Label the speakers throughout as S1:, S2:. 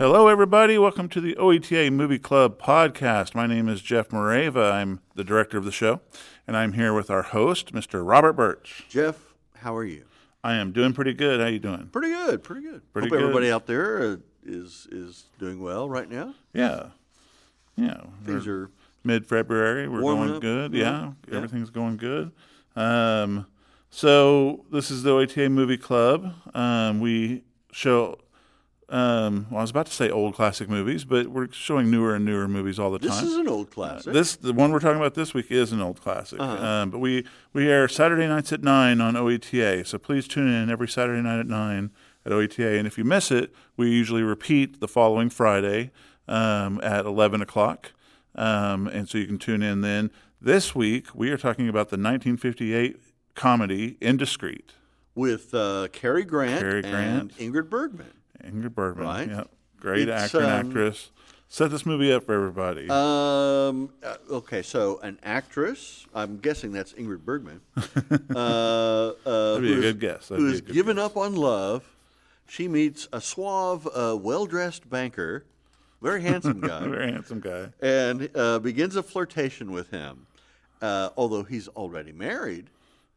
S1: everybody. Welcome to the OETA Movie Club podcast. My name is Jeff Moreva. I'm the director of the show, and I'm here with our host, Mr. Robert Birch.
S2: Jeff, how are you?
S1: I am doing pretty good. How you doing?
S2: Pretty good, pretty good.
S1: Pretty
S2: Hope everybody
S1: good.
S2: out there uh, is is doing well right now.
S1: Yeah, yeah.
S2: Things are
S1: Mid February, we're
S2: Warming
S1: going
S2: up.
S1: good.
S2: Yeah.
S1: Yeah, everything's going good. Um, so this is the OETA Movie Club. Um, we show. Um, well, I was about to say old classic movies, but we're showing newer and newer movies all the
S2: this
S1: time.
S2: is an old classic.
S1: This the one we're talking about this week is an old classic.
S2: Uh-huh.
S1: Um, but we we air Saturday nights at nine on OETA, so please tune in every Saturday night at nine at OETA. And if you miss it, we usually repeat the following Friday um, at eleven o'clock, um, and so you can tune in then. This week we are talking about the 1958 comedy Indiscreet.
S2: with uh, Cary Grant
S1: Cary
S2: and
S1: Grant.
S2: Ingrid Bergman.
S1: Ingrid Bergman,
S2: Right.
S1: yep, great
S2: It's,
S1: actor and
S2: um,
S1: actress. Set this movie up for everybody.
S2: Um, uh, okay, so an actress. I'm guessing that's Ingrid Bergman. uh, uh,
S1: That'd be a
S2: who is-
S1: good guess. That'd
S2: Who
S1: be a
S2: has
S1: good
S2: given up on love? She meets a suave, uh, well-dressed banker, very handsome guy.
S1: Very handsome guy.
S2: and uh, begins a flirtation with him, uh, although he's already married.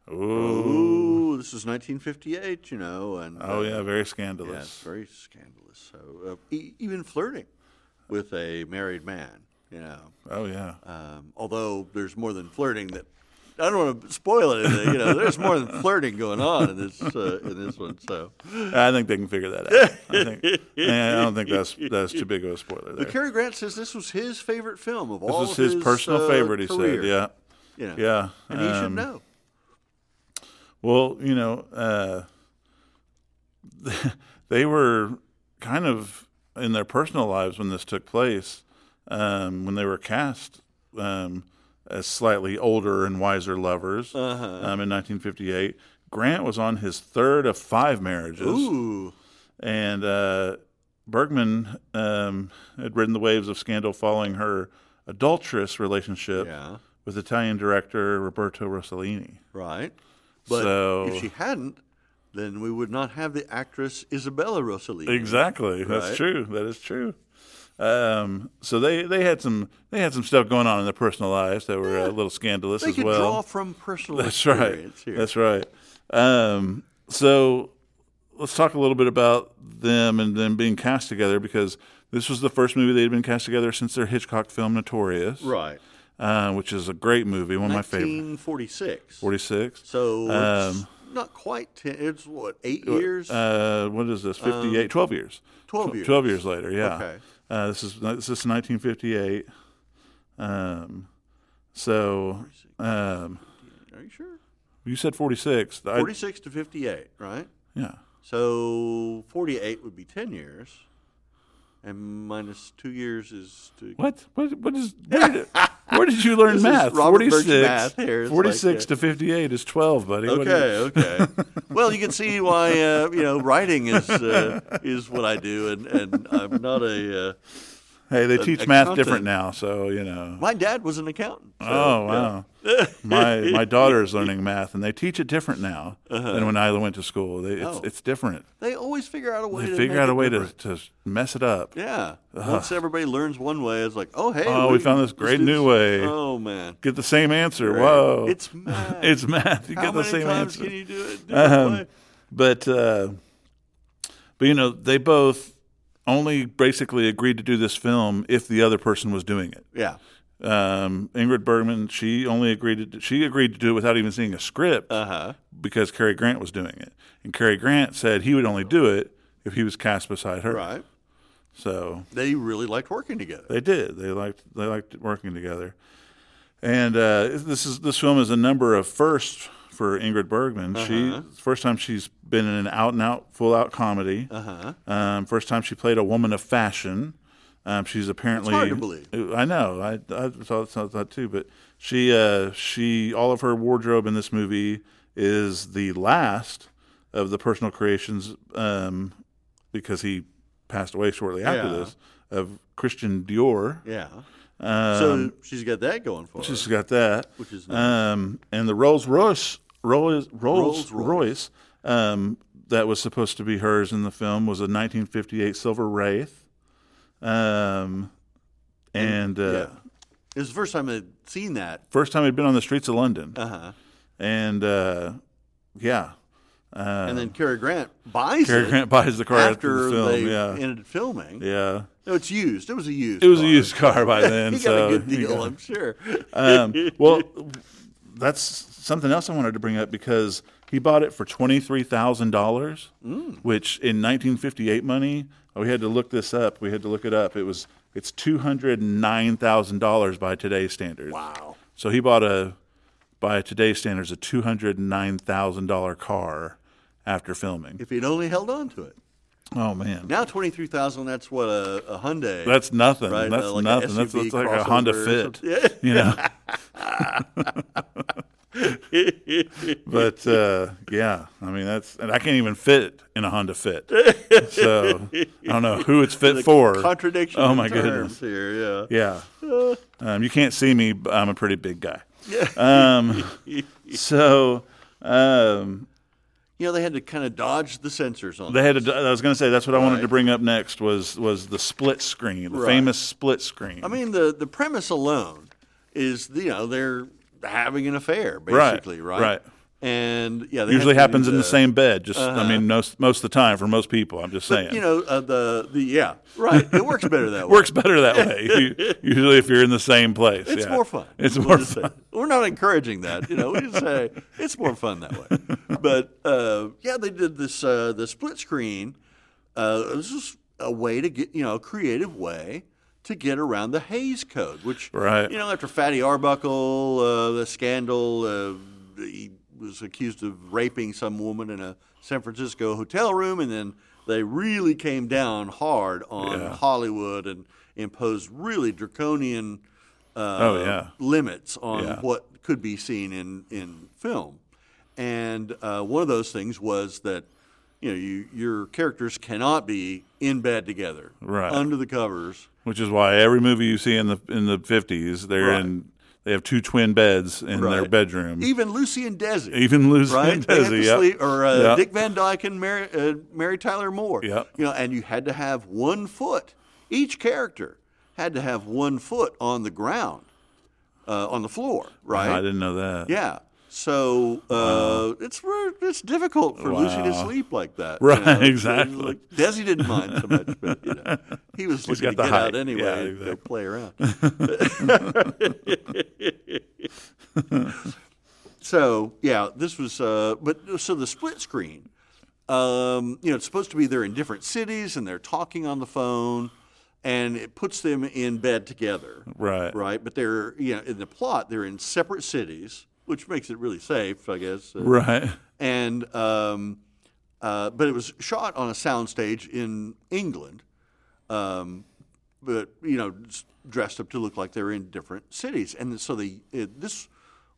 S2: oh,
S1: Ooh.
S2: Ooh, this is 1958, you know, and uh,
S1: Oh yeah, very
S2: yeah,
S1: scandalous.
S2: it's very scandalous. So uh, e- even flirting with a married man, you know,
S1: Oh yeah.
S2: um, although there's more than flirting that. I don't want to spoil anything, you know. There's more than flirting going on in this uh, in this one. So,
S1: I think they can figure that out. I, think, I don't think that's that's too big of a spoiler. There.
S2: but Cary Grant says this was his favorite film of all.
S1: this is
S2: of
S1: his, personal
S2: uh,
S1: favorite. He
S2: career,
S1: said, "Yeah,
S2: you know.
S1: yeah."
S2: and he should
S1: Um,
S2: know.
S1: Well, you know, uh, they were kind of in their personal lives when this took place, um, when they were cast um, as slightly older and wiser lovers
S2: Uh-huh.
S1: um, in 1958. Grant was on his third of five marriages.
S2: Ooh,
S1: and uh, Bergman um, had ridden the waves of scandal following her adulterous relationship
S2: Yeah.
S1: with Italian director Roberto Rossellini.
S2: right. But
S1: So-
S2: if she hadn't, then we would not have the actress Isabella Rossellini.
S1: Exactly, that's
S2: Right.
S1: true. That is true. Um, so they, they had some they had some stuff going on in their personal lives that were a little scandalous
S2: They
S1: as
S2: could
S1: well.
S2: draw from personal
S1: That's right.
S2: experience here.
S1: That's right. Um, so let's talk a little bit about them and them being cast together because this was the first movie they had been cast together since their Hitchcock film Notorious,
S2: right.
S1: uh, which is a great movie, one of my favorites.
S2: 1946.
S1: Forty six.
S2: So
S1: Um,
S2: it's not quite 10. It's what, eight years?
S1: Uh, what is this? 58, 12 years.
S2: 12
S1: Tw-
S2: years.
S1: 12 years later, yeah.
S2: Okay.
S1: Uh, this is this is 1958. Um, so um,
S2: Are you sure?
S1: you said 46. I-
S2: 46 to 58, right?
S1: yeah.
S2: So 48 would be 10 years. And minus two years is to
S1: What? What? What is? Where did, where did you learn
S2: This is
S1: math?
S2: Robert Birch math here. It's like, uh,
S1: 46 to fifty-eight is twelve, buddy. What do you-
S2: Okay, okay. well, you can see why uh, you know writing is uh, is what I do, and, and I'm not a. Uh,
S1: hey, they teach math
S2: accountant.
S1: different now, so you know.
S2: my dad was an accountant. so,
S1: oh
S2: yeah.
S1: wow. my my daughter is learning math, and they teach it different now than when I went to school. They, it's
S2: Uh-huh. Oh.
S1: it's different.
S2: They always figure out a way.
S1: They
S2: to
S1: figure
S2: make
S1: out
S2: it
S1: a way to,
S2: different.
S1: to mess it up.
S2: Yeah. Once everybody learns one way, it's like, oh hey.
S1: Oh, we found this
S2: let's
S1: great
S2: do
S1: new
S2: this.
S1: way.
S2: Oh man.
S1: Get the same answer. Whoa.
S2: It's math.
S1: it's math. You
S2: How
S1: get the
S2: many
S1: same
S2: times
S1: answer.
S2: can you do it?
S1: Um,
S2: different way?
S1: but uh, but you know they both only basically agreed to do this film if the other person was doing it.
S2: Yeah.
S1: Um, Ingrid Bergman she only agreed to she agreed to do it without even seeing a script
S2: Uh huh.
S1: because Cary Grant was doing it, and Cary Grant said he would only do it if he was cast beside her.
S2: Right.
S1: So
S2: They really liked working together.
S1: they did. They liked they liked working together, and uh, this is this film is a number of firsts for Ingrid Bergman.
S2: Uh-huh.
S1: She first time she's been in an out and out full out comedy. Uh-huh. Um, first time she played a woman of fashion. Um, she's apparently Uh,
S2: hard to believe.
S1: I know. I, I thought, thought that too, but she uh, she all of her wardrobe in this movie is the last of the personal creations um, because he passed away shortly after
S2: Yeah.
S1: this of Christian Dior.
S2: Yeah.
S1: Um,
S2: so she's got that going for her.
S1: she's got that.
S2: Which is
S1: um, and the Rolls Royce, Rolls Rolls
S2: Rolls
S1: Royce, um, that was supposed to be hers in the film was a 1958 silver Wraith. Um, and uh,
S2: yeah. It was the first time I'd seen that.
S1: first time he'd been on the streets of London,
S2: Uh-huh.
S1: and uh, yeah, uh,
S2: And then Cary Grant buys
S1: Cary
S2: it
S1: Grant buys the car after,
S2: after
S1: the film.
S2: they
S1: yeah,
S2: ended filming.
S1: yeah.
S2: No, it's used. It was a used.
S1: It was a
S2: car.
S1: used car by then,
S2: He got
S1: so
S2: a good deal,
S1: yeah.
S2: I'm sure.
S1: Um, well, that's something else I wanted to bring up because he bought it for twenty three thousand dollars, which in nineteen fifty eight money, oh, we had to look this up. We had to look it up. It was it's two hundred nine thousand dollars by today's standards.
S2: Wow.
S1: So he bought a by today's standards a two hundred nine thousand dollar car after filming.
S2: If he'd only held on to it.
S1: Oh man.
S2: Now twenty three thousand. That's what a, a Hyundai.
S1: That's nothing.
S2: Right,
S1: That's
S2: uh, like a
S1: nothing. That's,
S2: SUV
S1: that's like a Honda
S2: crossover or
S1: Fit. You know. but uh, yeah, I mean that's and I can't even fit in a Honda Fit. So I don't know who it's fit for.
S2: contradiction.
S1: Oh
S2: in
S1: my goodness.
S2: terms Here, yeah.
S1: Yeah. Um, you can't see me, but I'm a pretty big guy. Um, so um,
S2: You know, they had to kind of dodge the sensors on.
S1: They had. A, I was going to say that's what I wanted
S2: Right.
S1: to bring up next was was the split screen, the
S2: Right.
S1: famous split screen.
S2: I mean, the the premise alone is you know they're having an affair
S1: Right,
S2: basically, right?
S1: right.
S2: And uh, yeah, they
S1: usually
S2: had to do
S1: happens in the same bed. Just I mean, most most of the time for most people. I'm just saying.
S2: You know, uh, the the yeah, right. It works better that way.
S1: Works better that way. You- Usually, if you're in the same place,
S2: It's
S1: yeah.
S2: more fun.
S1: It's
S2: We'll
S1: more
S2: just say-
S1: fun.
S2: We're not encouraging that. You know, we just say it's more fun that way. But uh, yeah, they did this uh, the split screen. Uh, this is a way to get you know a creative way to get around the Hayes Code, which
S1: Right.
S2: you know after Fatty Arbuckle, uh, the scandal, uh, he was accused of raping some woman in a San Francisco hotel room, and then they really came down hard on
S1: Yeah.
S2: Hollywood and imposed really draconian uh,
S1: Oh, yeah.
S2: limits on
S1: Yeah.
S2: what could be seen in, in film. And uh, one of those things was that you know you, your characters cannot be in bed together,
S1: Right.
S2: under the covers.
S1: Which is why every movie you see in the in the 50s, they're
S2: Right.
S1: in. They have two twin beds in their
S2: Right.
S1: bedroom.
S2: Even Lucy and Desi,
S1: Even Lucy
S2: right?
S1: and
S2: They had to
S1: Desi, yep.
S2: sleep- or uh,
S1: Yep.
S2: Dick Van Dyke and Mary, uh, Mary Tyler Moore.
S1: Yep.
S2: You know, and you had to have one foot. Each character had to have one foot on the ground, uh, on the floor, right?
S1: I didn't know that.
S2: Yeah. So uh, it's re- it's difficult for Lucy to
S1: Wow.
S2: sleep like that.
S1: Right,
S2: It's, uh,
S1: exactly.
S2: Like, Desi didn't mind so much, but you know, he was looking
S1: got
S2: to
S1: the
S2: get
S1: height.
S2: out anyway
S1: Yeah,
S2: and
S1: exactly.
S2: go play around. so yeah, this was. Uh, but so the split screen. Um, you know, it's supposed to be they're in different cities and they're talking on the phone, and it puts them in bed together
S1: Right.
S2: right? But they're you know in the plot they're in separate cities, which makes it really safe, I guess. Uh,
S1: Right.
S2: And um, uh, but it was shot on a soundstage in England, um, but you know s- dressed up to look like they're in different cities, and so they it, this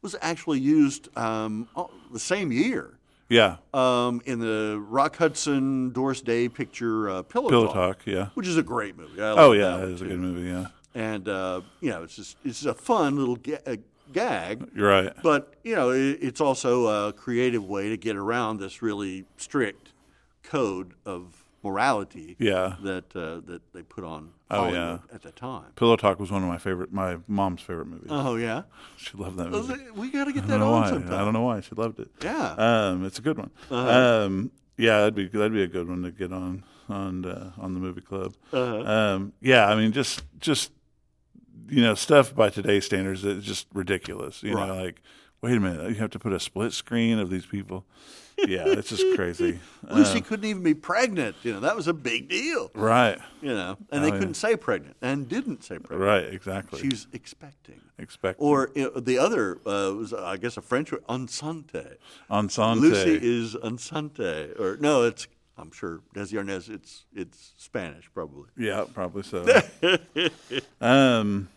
S2: was actually used um, oh, the same year.
S1: Yeah.
S2: Um, in the Rock Hudson Doris Day picture uh, Pillow,
S1: Pillow
S2: Talk,
S1: talk. Yeah.
S2: which is a great movie. I
S1: Oh
S2: love
S1: yeah,
S2: that
S1: that
S2: one
S1: is a good movie. Yeah.
S2: and uh, you know it's just it's a fun little ga- uh, gag
S1: You're right.
S2: but you know it, it's also a creative way to get around this really strict code of morality
S1: Yeah.
S2: that uh, that they put on
S1: Oh, yeah.
S2: Hollywood at the time
S1: Pillow Talk was one of my favorite, my mom's favorite movies.
S2: oh yeah
S1: She loved that
S2: Those
S1: movie.
S2: are- we got to get
S1: I
S2: that
S1: don't know
S2: on
S1: why.
S2: sometime
S1: I don't know why she loved it.
S2: yeah
S1: Um, it's a good one.
S2: Uh-huh.
S1: Um, yeah, that'd be that'd be a good one to get on on uh, on the movie club.
S2: Uh-huh.
S1: Um, yeah, I mean, just just you know, stuff by today's standards is just ridiculous. You
S2: Right.
S1: know, like wait a minute, you have to put a split screen of these people. Yeah, it's just crazy.
S2: Lucy couldn't even be pregnant you know that was a big deal
S1: Right,
S2: you know and they
S1: Oh, yeah.
S2: couldn't say pregnant and didn't say pregnant
S1: right, exactly.
S2: she was expecting
S1: Expect
S2: or you know, the other uh, was I guess a French word enceinte
S1: Ensante.
S2: Lucy is Ansante, or no, it's I'm sure Desi Arnaz. It's it's Spanish probably.
S1: Yeah, probably so. um,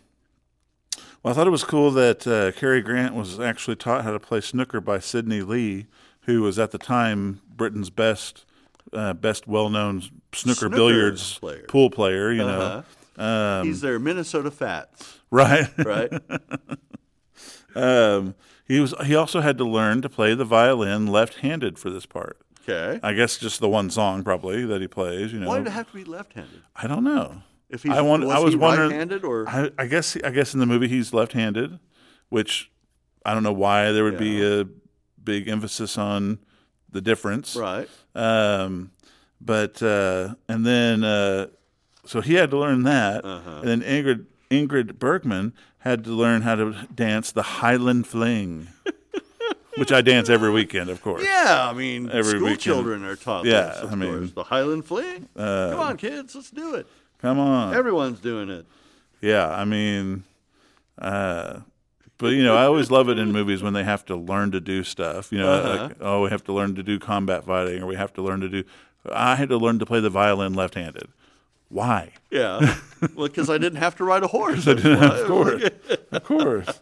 S1: well, I thought it was cool that uh, Cary Grant was actually taught how to play snooker by Sidney Lee, who was at the time Britain's best, uh, best well-known snooker,
S2: Snooker
S1: billiards
S2: player. Uh-huh.
S1: pool player. You know,
S2: He's their Minnesota Fats,
S1: right?
S2: right?
S1: um, he was. He also had to learn to play the violin left-handed for this part.
S2: okay.
S1: I guess just the one song probably that he plays. You know,
S2: Why did it have to be left-handed?
S1: I don't know.
S2: If he's
S1: I won-
S2: was,
S1: I was
S2: he
S1: wondering-
S2: right-handed or
S1: I, I guess I guess in the movie he's left-handed, which I don't know why there would be a big emphasis on the difference.
S2: right?
S1: Um, but uh, and then uh, so he had to learn that,
S2: Uh-huh.
S1: and then Ingrid Ingrid Bergman had to learn how to dance the Highland Fling, which I dance every weekend, of course.
S2: Yeah, I mean,
S1: Every
S2: school
S1: weekend.
S2: children are taught.
S1: Yeah,
S2: this, of
S1: I mean- uh,
S2: course. the Highland Fling. Come on, kids, let's do it.
S1: Come on,
S2: Everyone's doing it.
S1: yeah. I mean, uh, but you know, I always love it in movies when they have to learn to do stuff. You know,
S2: Uh-huh.
S1: like oh, we have to learn to do combat fighting, or we have to learn to do. I had to learn to play the violin left-handed. Why?
S2: Yeah, well, because I didn't have to ride a horse.
S1: of course, of course.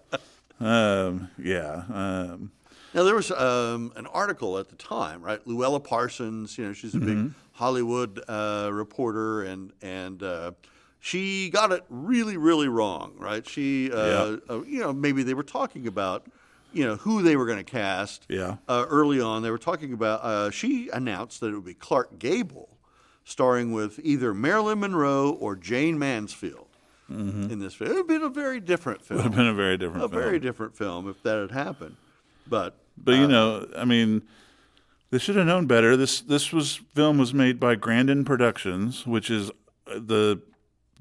S1: Um, yeah, um,
S2: Now there was um, an article at the time, right? Luella Parsons, you know, she's a
S1: Mm-hmm.
S2: big Hollywood uh, reporter, and and uh, she got it really, really wrong, right? She, uh, uh, you know, maybe they were talking about, you know, who they were going to cast.
S1: Yeah.
S2: Uh, early on, they were talking about. Uh, she announced that it would be Clark Gable, starring with either Marilyn Monroe or Jane Mansfield in this film. It would have been a very different
S1: Mm-hmm. would have
S2: film,
S1: been a very different
S2: a
S1: film.
S2: very different film if that had happened, but.
S1: but you know, I mean, they should have known better. This this was film was made by Grandin Productions, which is uh, the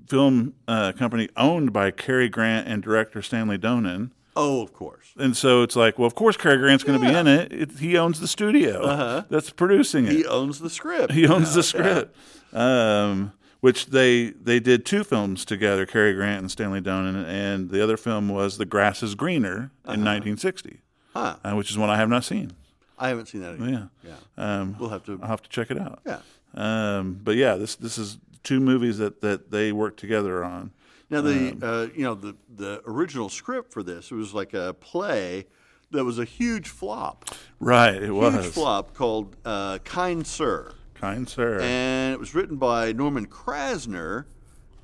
S1: film uh, company owned by Cary Grant and director Stanley Donen.
S2: Oh, of course.
S1: And so it's like, well, of course, Cary Grant's going to be in it. it. He owns the studio that's producing it.
S2: He owns the script.
S1: He owns the script. Um, which they they did two films together, Cary Grant and Stanley Donen, and the other film was The Grass Is Greener in 1960,
S2: Huh.
S1: uh, which is one I have not seen.
S2: I haven't seen that. Either.
S1: Yeah,
S2: Yeah.
S1: Um,
S2: We'll have to.
S1: I'll have to check it out.
S2: Yeah.
S1: Um, but yeah, this this is two movies that that they worked together on.
S2: Now the
S1: um,
S2: uh, you know the the original script for this it was like a play that was a huge flop,
S1: Right, it
S2: huge
S1: was
S2: flop called uh, Kind Sir,
S1: kind sir.
S2: and it was written by Norman Krasner.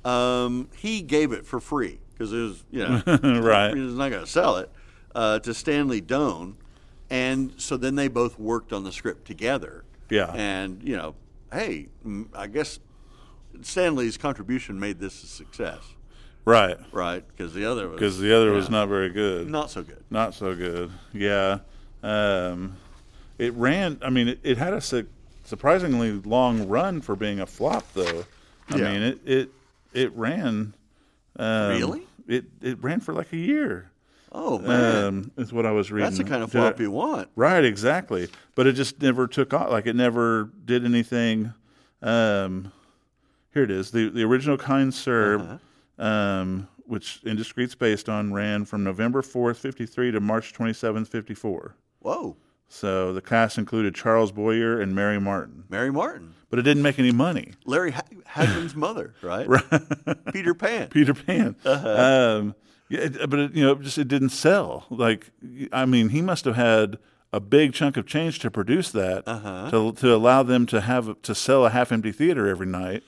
S2: Um, he gave it for free because it was you know
S1: Right.
S2: he was not going to sell it uh, to Stanley Doane, and so then they both worked on the script together.
S1: Yeah.
S2: and you know, hey, mm, I guess Stanley's contribution made this a success,
S1: right,
S2: right? Because the other was
S1: because the other was not very good.
S2: not so good.
S1: Not so good. Yeah. Um, it ran. I mean, it, it had a su- surprisingly long run for being a flop, though. I
S2: Yeah.
S1: mean, it it it ran. Um,
S2: Really?
S1: It it ran for like a year.
S2: Oh man,
S1: Um, is what I was reading.
S2: that's the kind of
S1: Did I-
S2: flop you want.
S1: Right, exactly. But it just never took off. Like it never did anything. Um, here it is. The the original Kind Sir, um, which Indiscreet's based on, ran from November fourth, fifty three, to March twenty seventh, fifty four.
S2: Whoa,
S1: So the cast included Charles Boyer and Mary Martin,
S2: Mary Martin,
S1: but it didn't make any money.
S2: Larry ha- Hagman's mother, right? Peter Pan.
S1: Peter Pan.
S2: Uh-huh.
S1: Um, yeah, it- but it, you know, it just it didn't sell. Like, I mean, he must have had a big chunk of change to produce that
S2: Uh-huh.
S1: to to allow them to have to sell a half empty theater every night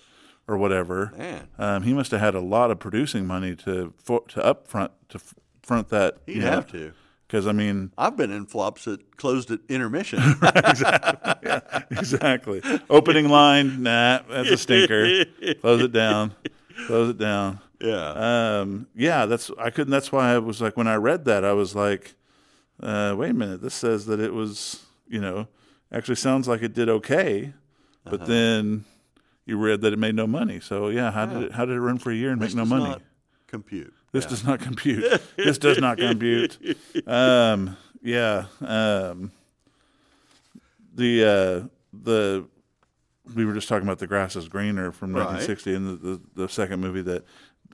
S1: or whatever.
S2: Man.
S1: Um, he must have had a lot of producing money to for, to upfront to f- front that.
S2: He'd have to.
S1: because I mean,
S2: I've been in flops that closed at intermission.
S1: exactly. Opening line, nah, that's a stinker. Close it down. Close it down.
S2: yeah.
S1: Um, yeah, that's I couldn't. That's why I was like, when I read that, I was like, uh, wait a minute, this says that it was, you know, actually sounds like it did okay, but
S2: Uh-huh.
S1: then you read that it made no money. So yeah, how did it, how did it run for a year and
S2: This
S1: make no
S2: does
S1: money?
S2: not compute.
S1: This does not compute. this does not compute. Um, yeah. Um, the uh, the we were just talking about the grass is greener from
S2: Right.
S1: 1960 and the, the the second movie that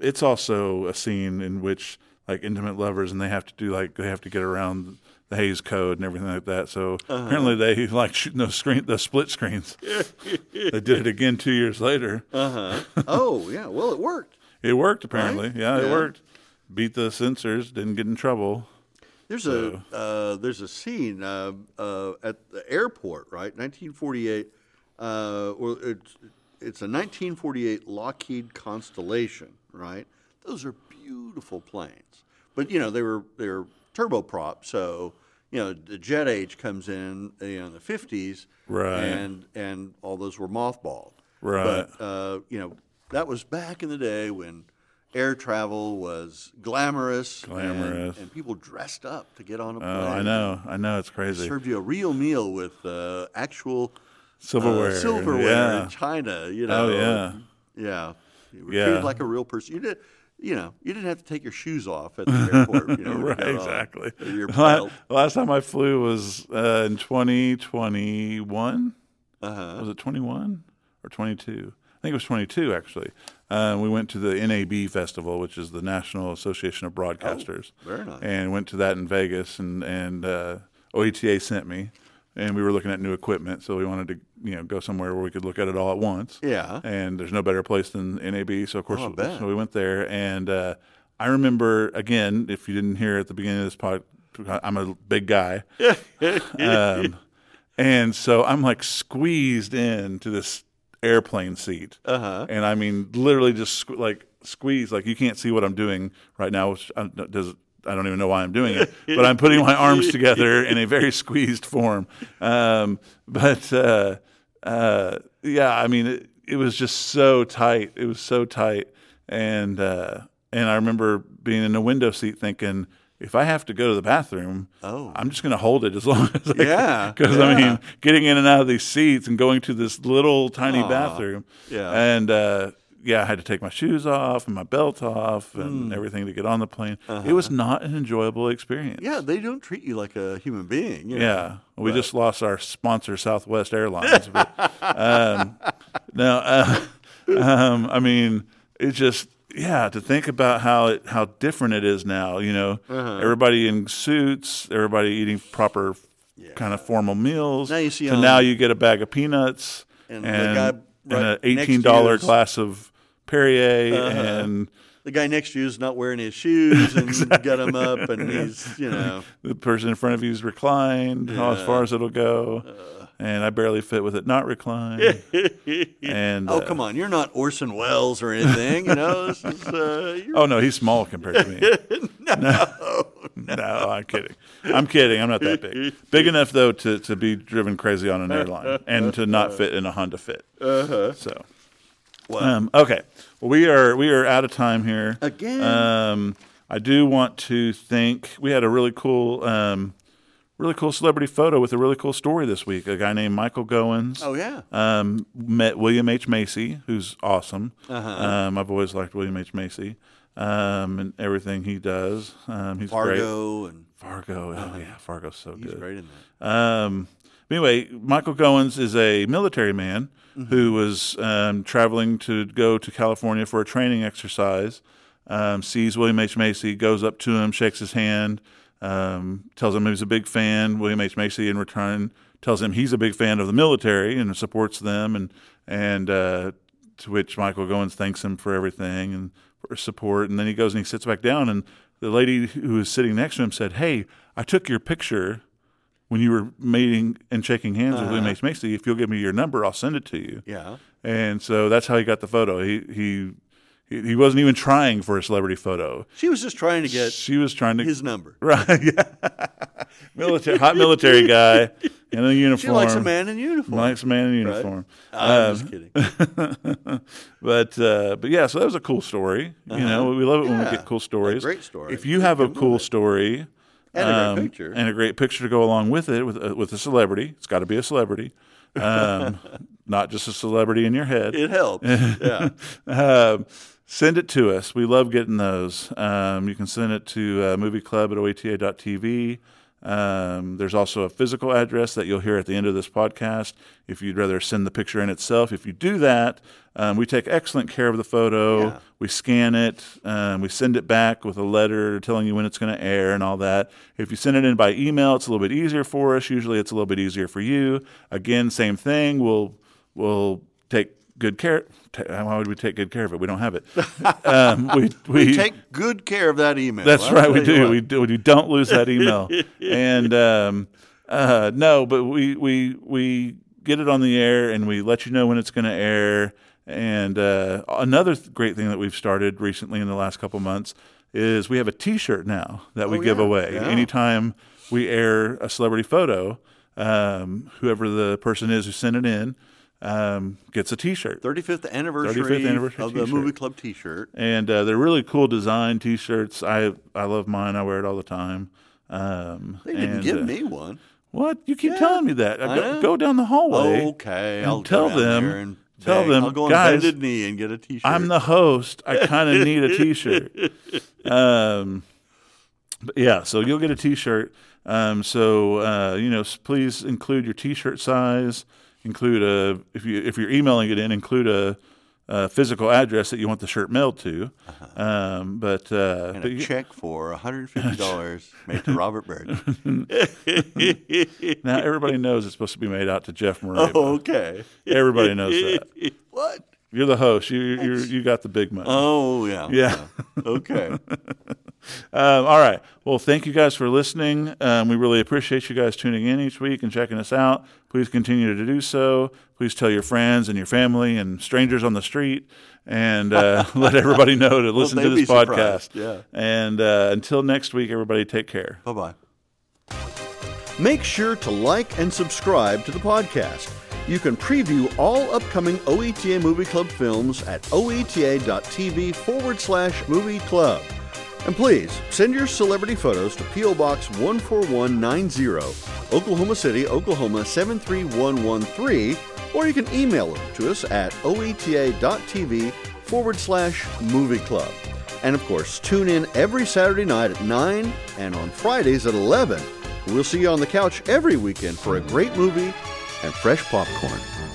S1: it's also a scene in which like intimate lovers and they have to do like they have to get around the Hayes Code and everything like that. So apparently they like shooting those screen those split screens. they did it again two years later.
S2: oh yeah, well it worked.
S1: It worked apparently. Yeah, it
S2: Yeah.
S1: worked. Beat the censors, didn't get in trouble.
S2: There's a uh, there's a scene uh, uh, at the airport, right? 1948, uh, or it's it's a 1948 Lockheed Constellation, right? Those are beautiful planes, but you know they were they were turboprop, so you know the jet age comes in you know, in the 50s,
S1: Right.
S2: And and all those were mothballed,
S1: Right.
S2: But uh, you know that was back in the day when air travel was glamorous, and-
S1: Glamorous.
S2: and, people dressed up to get on a plane.
S1: Oh, I know, I know, it's crazy.
S2: Served you a real meal with uh, actual uh,
S1: Silverware,
S2: silverware
S1: yeah.
S2: in China. You know,
S1: Oh yeah,
S2: yeah. You were
S1: Yeah.
S2: treated like a real person. You did, you know, you didn't have to take your shoes off at the airport. You know, when you
S1: right,
S2: got on,
S1: exactly.
S2: or Your
S1: La-
S2: belt.
S1: Last time I flew was uh, in 2021.
S2: Uh-huh.
S1: Was it 21 or 22? I think it was 22 actually. Uh, we went to the NAB festival, which is the National Association of Broadcasters,
S2: Oh, very nice.
S1: and went to that in Vegas. And and uh, OETA sent me, and we were looking at new equipment, so we wanted to you know go somewhere where we could look at it all at once
S2: Yeah. Oh,
S1: and there's no better place than NAB. So of course,
S2: I bet.
S1: so we went there, and uh, I remember again. If you didn't hear at the beginning of this pod, I'm a big guy, um, and so I'm like squeezed into this airplane seat, uh-huh. and I mean literally just squ- like squeezed, like you can't see what I'm doing right now, which I, does. I don't even know why I'm doing it, but I'm putting my arms together in a very squeezed form. Um, but uh, uh, yeah, I mean, it, it was just so tight. It was so tight, and uh, and I remember being in a window seat thinking, if I have to go to the bathroom,
S2: Oh.
S1: I'm just going to hold it as long as I
S2: Yeah,
S1: Because I
S2: yeah.
S1: mean, getting in and out of these seats and going to this little tiny bathroom,
S2: yeah.
S1: and uh, yeah, I had to take my shoes off and my belt off
S2: Hmm.
S1: and everything to get on the plane.
S2: Uh-huh.
S1: It was not an enjoyable experience.
S2: Yeah, they don't treat you like a human being. you know.
S1: Yeah, we just lost our sponsor, Southwest Airlines. but, um, no, uh, um, I mean it just yeah to think about how it how different it is now. You know,
S2: Uh-huh.
S1: everybody in suits, everybody eating proper kind of formal meals.
S2: Now you see
S1: to
S2: on-
S1: now you get a bag of peanuts and,
S2: And the
S1: and, an
S2: guy right next to Uh-huh.
S1: eighteen dollar
S2: you's-
S1: glass of Perrier and.
S2: The guy next to you is not wearing his shoes and got him up, and he's, you know,
S1: the person in front of you is reclined, how as far as it'll go,
S2: Uh.
S1: and I barely fit with it not reclined. and
S2: oh,
S1: uh,
S2: come on, you're not Orson Welles or anything, you know. This is, uh, you're,
S1: oh no, he's small compared to me. no, no, I'm kidding. I'm kidding. I'm not that big. Big enough though to to be driven crazy on an airline and to not fit in a Honda Fit. Uh-huh. So. Um, okay, well, we are we are out of time here
S2: Again.
S1: Um, I do want to thank. We had a really cool, um, really cool celebrity photo with a really cool story this week. A guy named Michael Goins.
S2: oh yeah,
S1: um, met William H. Macy, who's awesome.
S2: Uh-huh.
S1: Um, I've always liked William H. Macy um, and everything he does. Um, he's great.
S2: Fargo, and
S1: Fargo. Oh, yeah. Fargo's so
S2: he's
S1: good.
S2: great in that.
S1: Um, but anyway, Michael Goins is a military man who was um, traveling to go to California for a training exercise. Um, sees William H. Macy, goes up to him, shakes his hand, um, tells him he's a big fan. William H. Macy, in return, tells him he's a big fan of the military and supports them. And and uh, to which Michael Goins thanks him for everything and for support. And then he goes and he sits back down. And the lady who was sitting next to him said, "Hey, I took your picture." when you were meeting and shaking hands with William H. Macy, if you'll give me your number, I'll send it to you.
S2: Uh-huh. Yeah,
S1: And so that's how he got the photo. He he he he wasn't even trying for a celebrity photo.
S2: she was just trying to get
S1: She was trying to
S2: his number.
S1: right, yeah, military hot military guy in a uniform.
S2: She likes a man in uniform. Um,
S1: Likes a man in uniform. Um,
S2: I'm just kidding.
S1: but uh, but yeah, so that was a cool story. You know, we love it when we
S2: Uh-huh. Yeah,
S1: get cool stories.
S2: great story.
S1: If you have a cool story um,
S2: And a great picture.
S1: and a great picture to go along with it, with uh, with a celebrity, it's got to be a celebrity, um, not just a celebrity in your head.
S2: It helps. Yeah.
S1: Um, send it to us. We love getting those. Um, you can send it to uh, movieclub at oeta.tv. Um, there's also a physical address that you'll hear at the end of this podcast if you'd rather send the picture in itself. If you do that, um, we take excellent care of the photo.
S2: Yeah.
S1: We scan it. Um, we send it back with a letter telling you when it's going to air and all that. If you send it in by email, it's a little bit easier for us. Usually, it's a little bit easier for you. Again, same thing. We'll we'll take good care. ta why would we take good care of it? We don't have it. Um, we, we,
S2: Take good care of that email.
S1: That's
S2: I'll
S1: right. We
S2: tell you
S1: do.
S2: what.
S1: We do. We don't lose that email. and um, uh, no, but we we we get it on the air and we let you know when it's going to air. And uh, another th- great thing that we've started recently in the last couple months is we have a T-shirt now that we give
S2: Oh, yeah.
S1: away
S2: Yeah.
S1: anytime we air a celebrity photo. Um, whoever the person is who sent it in, um, gets a T-shirt.
S3: 35th anniversary,
S1: 35th anniversary
S3: of the
S1: t-shirt.
S3: movie club T-shirt.
S1: and uh, they're really cool design T-shirts. I I love mine. I wear it all the time. Um,
S3: They didn't
S1: and,
S3: give
S1: uh,
S3: me one.
S1: what you keep telling me that. I go,
S3: know. Oh,
S1: go down the hallway.
S3: Okay,
S1: and
S3: I'll
S1: tell
S3: go down
S1: them-
S3: there and
S1: tell
S3: beg.
S1: them,
S3: I'll go on
S1: "Guys,
S3: bended knee and get a T-shirt.
S1: I'm the host. I kind of need a T-shirt. Um, but yeah, so you'll get a T-shirt. Um, so uh, you know, s- please include your T-shirt size. Include a if you if you're emailing it in, include a, a physical address that you want the shirt mailed to. Um, but uh,
S3: Uh-huh. and
S1: but
S3: a
S1: you-
S3: check for $150 made to Robert Byrd.
S1: now everybody knows it's supposed to be made out to Jeff
S3: Oh,
S1: Murray.
S3: okay.
S1: Everybody knows that.
S3: What?
S1: You're the host. You you you got the big money.
S3: Oh, yeah.
S1: yeah.
S3: Okay.
S1: Um, all right. Well, thank you guys for listening. Um, we really appreciate you guys tuning in each week and checking us out. Please continue to do so. Please tell your friends and your family and strangers on the street and uh, let everybody know to listen to
S3: they'd
S1: this
S3: be
S1: podcast.
S3: surprised. Yeah.
S1: And uh, until next week, everybody take care.
S3: bye bye.
S2: Make sure to like and subscribe to the podcast. You can preview all upcoming OETA Movie Club films at E oeta.tv forward slash movie club. And please send your celebrity photos to P.O. Box 14190, Oklahoma City, Oklahoma 73113, or you can email them to us at E oeta.tv forward slash movie club. And of course, tune in every Saturday night at 9 and on Fridays at 11. We'll see you on the couch every weekend for a great movie and fresh popcorn.